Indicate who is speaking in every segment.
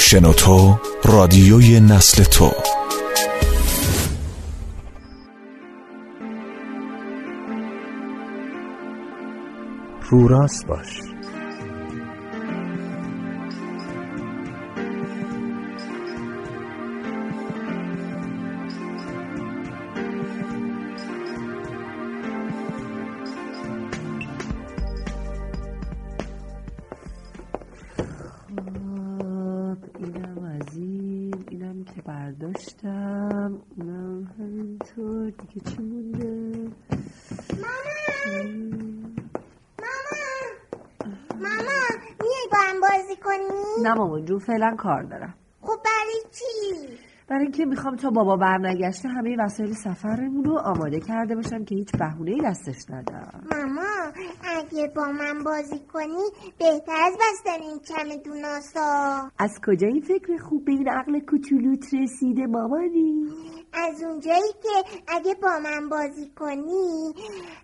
Speaker 1: شنوتو رادیوی نسل تو
Speaker 2: رو راست باش
Speaker 3: خب اینم از این اینم که برداشتم اونم همینطور دیگه چی مونده
Speaker 4: ماما میای با هم بازی کنی؟
Speaker 3: نه مامان جون فعلا کار دارم
Speaker 4: خب برای چی؟
Speaker 3: برای اینکه میخوام تا بابا برنگشته همه وسایل سفرمون رو آماده کرده باشم که هیچ بهونه ای دستش ندم
Speaker 4: ماما اگه با من بازی کنی بهتر از بستن این چمدوناسا
Speaker 3: از کجا این فکر خوب به این عقل کوچولوت رسیده مامانی
Speaker 4: از اونجایی که اگه با من بازی کنی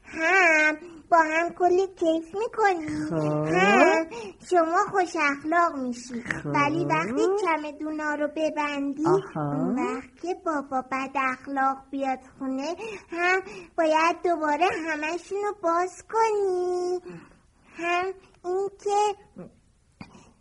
Speaker 4: هم با هم کلی کیف میکنی
Speaker 3: خب.
Speaker 4: هم شما خوش اخلاق میشی
Speaker 3: خب.
Speaker 4: ولی وقتی چمدونا رو ببندی
Speaker 3: آها.
Speaker 4: اون وقت که بابا بد اخلاق بیاد خونه هم باید دوباره همشون رو باز کنی هم اینکه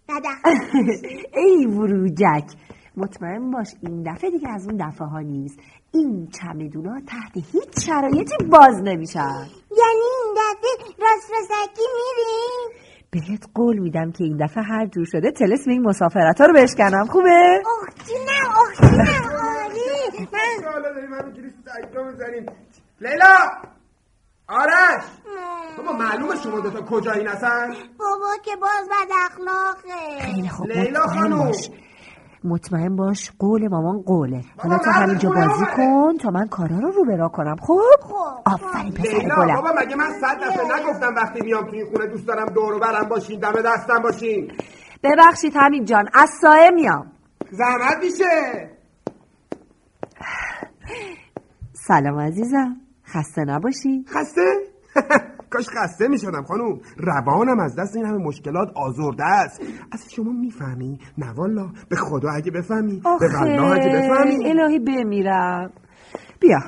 Speaker 4: بد اخلاق
Speaker 3: ای وروجک مطمئن باش این دفعه دیگه از اون دفعه ها نیست این چمدونا تحت هیچ شرایطی باز نمیشن
Speaker 4: یعنی این دفعه راست راستکی میری
Speaker 3: بهت قول میدم که این دفعه هر جور شده تلسم این مسافرت ها رو بشکنم خوبه؟
Speaker 4: اوه جونم اوه جونم آره من
Speaker 5: حالا داریم همینجوری سگا میزنیم لیلا آرش بابا معلومه شما دوتا کجا این اصلا
Speaker 4: بابا که باز بد اخلاقه
Speaker 3: خیلی خوب
Speaker 5: خب، لیلا
Speaker 3: خب، مطمئن
Speaker 5: خانم.
Speaker 3: باش مطمئن باش قول مامان قوله حالا
Speaker 5: بابا،
Speaker 3: تو
Speaker 5: مرد
Speaker 3: همینجا
Speaker 5: خونه
Speaker 3: بازی
Speaker 5: اومده.
Speaker 3: کن تا من کارا رو رو به راه کنم خب؟
Speaker 4: خب.
Speaker 3: آفرین پسر
Speaker 5: لیلا
Speaker 3: گلم
Speaker 5: بابا مگه من صد دفعه نگفتم وقتی میام توی خونه دوست دارم دور و برم باشین دم دستم باشین
Speaker 3: ببخشید همین جان از سایه میام
Speaker 5: زحمت میشه
Speaker 3: سلام عزیزم خسته نباشی
Speaker 5: خسته کاش خسته میشدم خانم روانم از دست این همه مشکلات آزرده است اصلا شما میفهمی نه والا به خدا اگه بفهمی به والله اگه بفهمی
Speaker 3: الهی بمیرم بیا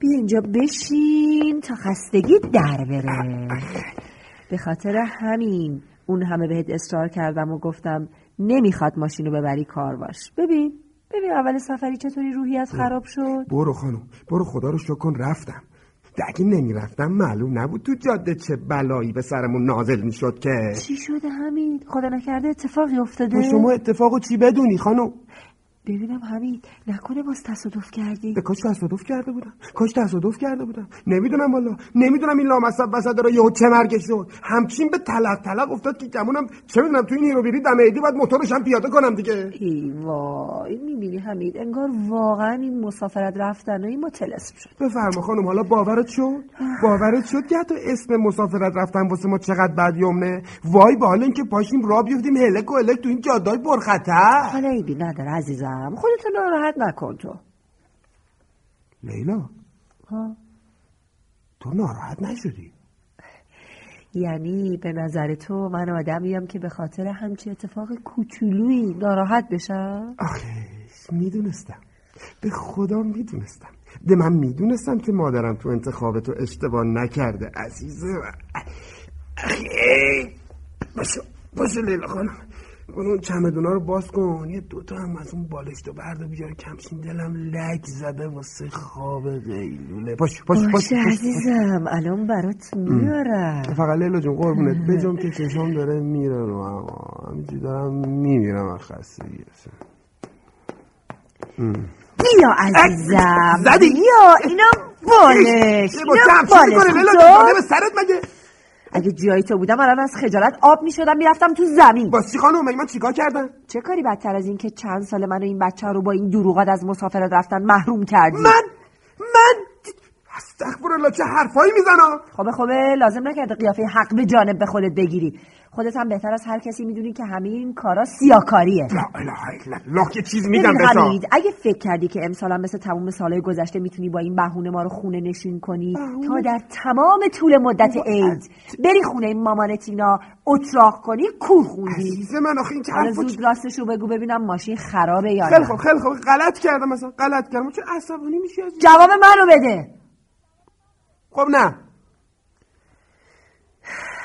Speaker 3: بیا اینجا بشین تا خستگی در بره به خاطر همین اون همه بهت اصرار کردم و گفتم نمیخواد ماشین رو ببری کار باش ببین ببین اول سفری چطوری روحیت
Speaker 5: خب.
Speaker 3: خراب شد
Speaker 5: برو خانم برو خدا رو شکر کن رفتم ده اگه نمیرفتم معلوم نبود تو جاده چه بلایی به سرمون نازل میشد که
Speaker 3: چی شده همین خدا نکرده اتفاقی افتاده
Speaker 5: تو خب شما اتفاقو چی بدونی خانم
Speaker 3: ببینم همین نکنه باز تصادف کردی
Speaker 5: به کاش تصادف کرده بودم کاش تصادف کرده بودم نمیدونم والا نمیدونم این لامصب وسط را یهو چه مرگش شد همچین به تلق تلق افتاد که گمونم چه میدونم تو این هیروبیری دم عیدی باید موتورش هم پیاده کنم دیگه
Speaker 3: ای وای میبینی حمید انگار واقعا این مسافرت رفتنهای ما تلسم شد
Speaker 5: بفرما خانم حالا باورت شد باورت شد که حتی اسم مسافرت رفتن واسه ما چقدر بدیمنه وای به حال اینکه پاشیم را بیفتیم هلک و هلک تو این جادای پرخطر
Speaker 3: حالا ایبی نداره عزیزم خودتو ناراحت نکن تو
Speaker 5: لیلا
Speaker 3: ها؟
Speaker 5: تو ناراحت نشدی
Speaker 3: یعنی به نظر تو من آدمیم که به خاطر همچین اتفاق کوچولویی ناراحت بشم
Speaker 5: آخه میدونستم به خدا میدونستم ده من میدونستم که مادرم تو انتخاب تو اشتباه نکرده عزیزه من. آخه باشه باشه لیلا خانم برو اون چمدونا رو باز کن یه دوتا هم از اون بالشت و برد و بیار کمشین دلم لک زده واسه خواب قیلوله باش باش باش,
Speaker 3: باشه
Speaker 5: باش.
Speaker 3: عزیزم الان برات میارم
Speaker 5: فقط لیلا جون قربونت بجام که چشام داره میره رو هوا همینجوری دارم میمیرم از خستگی اصلا.
Speaker 3: بیا عزیزم
Speaker 5: زدی؟
Speaker 3: بیا اینا بالش
Speaker 5: یه با
Speaker 3: اینا بالش
Speaker 5: جمشید
Speaker 3: خب
Speaker 5: می‌کنه، لیلا
Speaker 3: تو؟
Speaker 5: جون، جانب سرت مگه
Speaker 3: اگه جایی تو بودم الان از خجالت آب میشدم میرفتم تو زمین
Speaker 5: با چی خانم مگه من چیکار کردم
Speaker 3: چه کاری بدتر از این که چند سال من و این بچه ها رو با این دروغات از مسافرت رفتن محروم کردی
Speaker 5: من من استغفر الله چه حرفایی میزنم
Speaker 3: خب خوبه لازم نکرده قیافه حق به جانب به خودت بگیری خودت هم بهتر از هر کسی میدونی که همه این کارا سیاکاریه
Speaker 5: لا لا لا لا که چیز میگم
Speaker 3: ببین
Speaker 5: بهتا
Speaker 3: حمید اگه فکر کردی که امسال هم مثل تمام سالهای گذشته میتونی با این بهونه ما رو خونه نشین کنی تا در تمام طول مدت عید بری خونه مامانت اینا اتراق کنی کور خوندی
Speaker 5: عزیز من آخه این که
Speaker 3: حالا
Speaker 5: حرفو
Speaker 3: زود راستشو بگو ببینم ماشین خرابه یا
Speaker 5: خیلی
Speaker 3: نه
Speaker 5: خوب خیلی خوب غلط کردم مثلا غلط کردم چه عصبانی میشی از
Speaker 3: جواب منو بده
Speaker 5: خب نه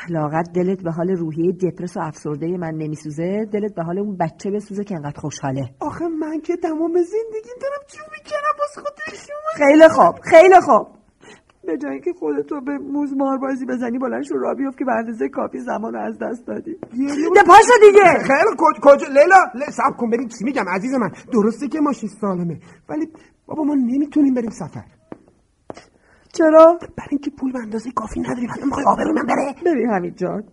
Speaker 3: لاغت دلت به حال روحیه دپرس و افسرده من نمیسوزه دلت به حال اون بچه بسوزه که انقدر خوشحاله
Speaker 5: آخه من که تمام زندگی دارم چی میکنم باز خود شما
Speaker 3: خیلی خوب خیلی خوب به جای اینکه خودتو به موز مار بازی بزنی بلند شو را بیفت که به اندازه کافی زمان رو از دست دادی ده پاشو دیگه
Speaker 5: خیلی کج- کجا لیلا ل- صبر کن بریم چی میگم عزیز من درسته که ماشین سالمه ولی بابا ما نمیتونیم بریم سفر
Speaker 3: چرا
Speaker 5: برای اینکه پول به اندازه کافی نداریم حالا میخوای آبرو من بره
Speaker 3: ببین همین جان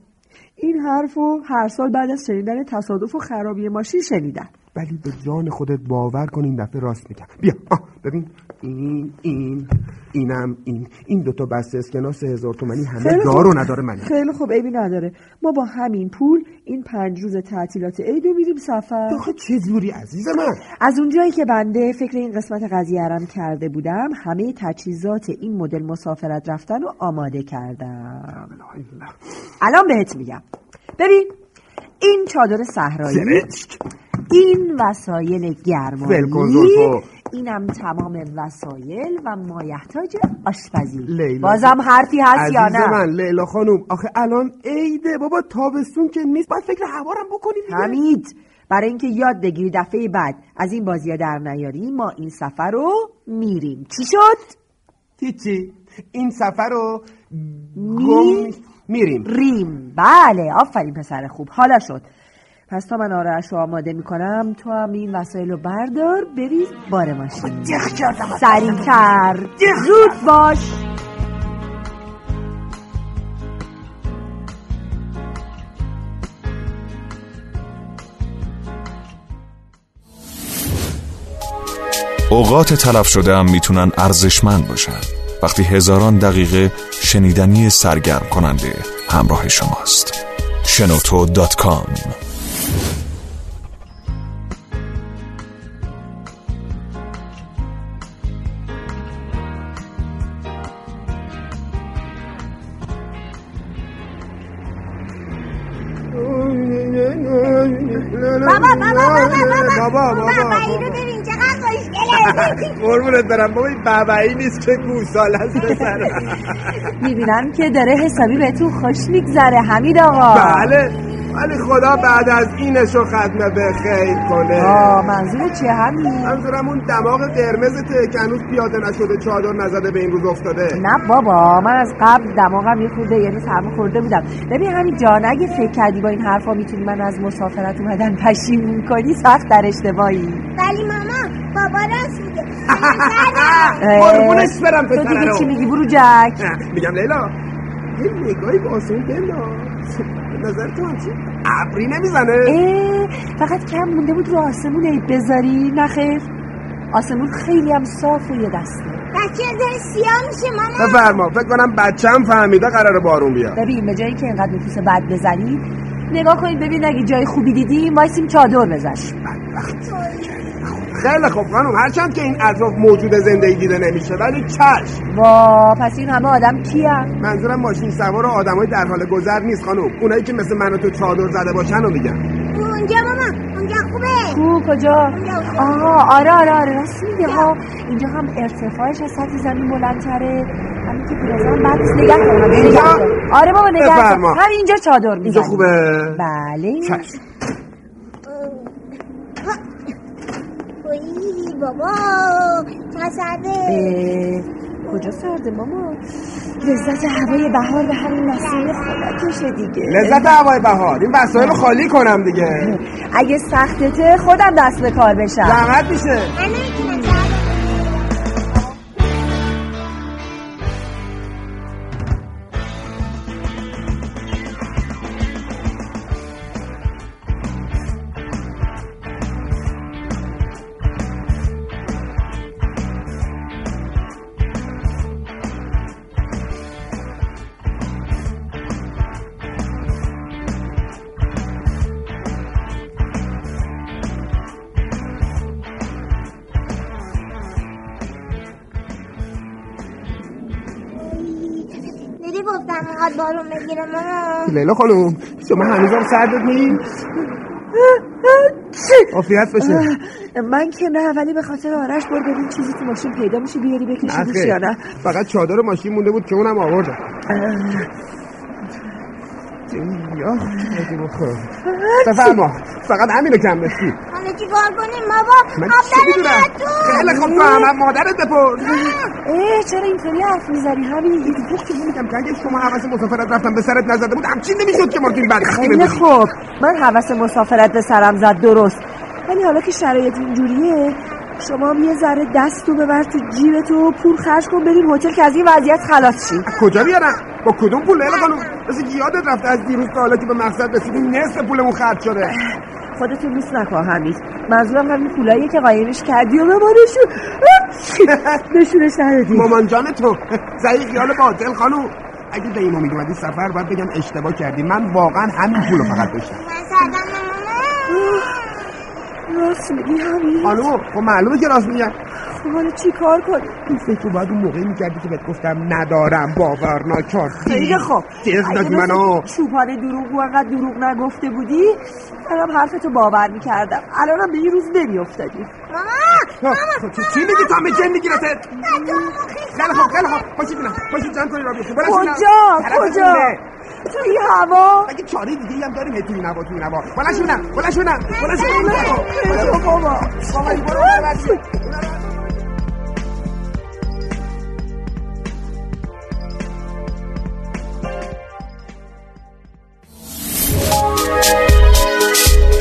Speaker 3: این حرفو هر سال بعد از شنیدن تصادف و خرابی ماشین شنیدم
Speaker 5: ولی به جان خودت باور کن این دفعه راست میگم بیا آه ببین این این اینم این این دوتا بسته اسکنا سه هزار تومنی همه
Speaker 3: خیلی خوب.
Speaker 5: دارو نداره منه
Speaker 3: خیلی خوب عیبی نداره ما با همین پول این پنج روز تعطیلات عید رو میریم سفر
Speaker 5: آخه چه زوری عزیز من
Speaker 3: از اونجایی که بنده فکر این قسمت قضیه رم کرده بودم همه تجهیزات این مدل مسافرت رفتن رو آماده کردم الان بهت میگم ببین این چادر صحرایی
Speaker 5: زرشک
Speaker 3: این وسایل گرمایی
Speaker 5: ول کن زلفو.
Speaker 3: اینم تمام وسایل و مایحتاج آشپزی
Speaker 5: لیلا.
Speaker 3: بازم حرفی هست یا
Speaker 5: عزیز
Speaker 3: نه
Speaker 5: من لیلا خانم آخه الان عیده بابا تابستون که نیست باید فکر هوارم بکنیم دیگه.
Speaker 3: حمید برای اینکه یاد بگیری دفعه بعد از این بازی در نیاری ما این سفر رو میریم چی شد
Speaker 5: هیچی این سفر رو
Speaker 3: می-
Speaker 5: گم میریم
Speaker 3: ریم بله آفرین پسر خوب حالا شد پس تا من آرش رو آماده میکنم تو هم این وسایل رو بردار بریز بار ماشین سریعتر زود باش
Speaker 1: اوقات تلف شده هم میتونن ارزشمند باشن وقتی هزاران دقیقه شنیدنی سرگرم کننده همراه شماست شنوتو دات کام
Speaker 4: بابا بابا بابا بابا اون
Speaker 5: بابا،
Speaker 4: بابایی
Speaker 5: بابا.
Speaker 4: رو ببین چقدر خوشگله
Speaker 5: قربونت برم بابا این بابایی نیست که گوسال از پسر
Speaker 3: میبینم که داره حسابی بهتون خوش میگذره حمید آقا
Speaker 5: بله ولی خدا بعد از اینشو ختم به خیر کنه
Speaker 3: آه منظور چیه همین
Speaker 5: منظورم اون دماغ قرمز که هنوز پیاده نشده چادر نزده به این روز افتاده
Speaker 3: نه بابا من از قبل دماغم یه خورده یعنی سرما خورده بودم ببین همین جان اگه فکر کردی با این حرفا میتونی من از مسافرت اومدن پشیمون کنی سخت در اشتباهی
Speaker 4: ولی ماما بابا راست میگه
Speaker 5: قربونش برم
Speaker 3: تو دیگه
Speaker 5: پسر
Speaker 3: چی
Speaker 5: رو
Speaker 3: میگی برو جک
Speaker 5: نه، میگم لیلا یه نگاهی به آسمون بنداز به نظر تو همچین ابری نمیزنه
Speaker 3: اه، فقط کم مونده بود رو آسمون عید بذاری نخیر آسمون خیلی هم صاف و یه دسته
Speaker 4: بچه داره سیاه میشه ماما
Speaker 5: بفرما فکر کنم بچم فهمیده قرار بارون بیاد
Speaker 3: ببین به جایی که اینقدر نفوس بد بزنی نگاه کنید ببین اگه جای خوبی دیدی وایسیم چادر بزش
Speaker 5: خیلی خوب خانم هرچند که این اطراف موجود زندگی دیده نمیشه ولی چشم
Speaker 3: وا پس این همه آدم کیه
Speaker 5: منظورم ماشین سوار و آدمای در حال گذر نیست خانم اونایی که مثل من و تو چادر زده باشن رو میگم
Speaker 4: اونجا ماما اونجا خوبه
Speaker 3: کو کجا آها آره آره آره راست میگه ها اینجا هم ارتفاعش از سطح زمین بلندتره همین که پیرزن بعد نگه کنم
Speaker 5: اینجا؟
Speaker 3: نگه کن. آره بابا نگه کن
Speaker 5: بفرما.
Speaker 3: همینجا چادر میزنی
Speaker 5: اینجا خوبه
Speaker 3: بله
Speaker 5: چشم
Speaker 4: اوی بابا چه سرده
Speaker 3: اه، کجا سرده ماما لذت هوای بهار به همین مسائل خوراکشه دیگه
Speaker 5: لذت هوای بهار این وسایل رو خالی کنم دیگه
Speaker 3: اگه سختته خودم دست به کار بشم
Speaker 5: زحمت میشه
Speaker 4: من نمیتونم سرده چقدر بارون بگیره ماما
Speaker 5: لیلا خانم شما هنوزم سردت نیست عافیت باشه
Speaker 3: من که نه ولی به خاطر آرش برو ببین چیزی تو ماشین پیدا میشه بیاری
Speaker 5: نه
Speaker 3: بکشیمش یا نه
Speaker 5: خیر. فقط چادر ماشین مونده بود که اونم آوردم یا خیلی بخور. بفرما فقط همینو کم رسی
Speaker 4: حالا چیکار کنیم بابا
Speaker 5: من
Speaker 4: آب
Speaker 5: چی میدونم
Speaker 4: تو
Speaker 5: خیلی خوب تو هم مادرت بپرس
Speaker 3: ای چرا اینطوری حرف میزنی همین
Speaker 5: گفتی میگم که اگه شما حواس مسافرت رفتن به سرت نزده بود همچین نمیشد که ما تو این بدبختی
Speaker 3: خیلی
Speaker 5: بمیریم
Speaker 3: خوب خب، من حوس مسافرت به سرم زد درست ولی حالا که شرایط اینجوریه شما هم یه ذره دست رو ببر تو جیب تو پول خرج کن بریم هتل که از این وضعیت خلاص شی
Speaker 5: از کجا بیارم با کدوم پول لیلا خانم مثل که یادت رفته از دیروز تا حالا که به مقصد رسیدیم نصف پولمون خرج شده
Speaker 3: خودتو لوس نکن حمید منظورم همین پولاییه که قایمش کردی و ببارشون نشونش ندادی
Speaker 5: مامان جان تو زهی خیال باطل خانم اگه به این امید اومدی سفر باید بگم اشتباه کردی من واقعا همین پولو فقط داشتم
Speaker 4: من سردم ماما
Speaker 3: راست میگی حمید
Speaker 5: خانم خب معلومه که راست میگم
Speaker 3: خب حالا چی کار کن
Speaker 5: این فکر رو باید اون موقعی میکردی که بهت گفتم ندارم باور ناکار
Speaker 3: خیلی خوب
Speaker 5: دق دادی
Speaker 3: اگه مثل
Speaker 5: منو
Speaker 3: چوپان دروغگو انقدر دروغ نگفته بودی منم حرفتو باور میکردم الانم به این روز نمیافتادی
Speaker 5: آه، چی چی میگی تو همه جن میگیرتت خیلی خوب خیلی خوب پاشید بینم پاشید جمع کنید را بیفتیم
Speaker 3: کجا کجا تو این هوا
Speaker 5: اگه چاره دیگه هم داریم هی توی نوا توی نوا بلنش بینم بلنش بینم بلنش بینم
Speaker 3: تو بابا
Speaker 5: آره. بابا این برو برو بلنش بینم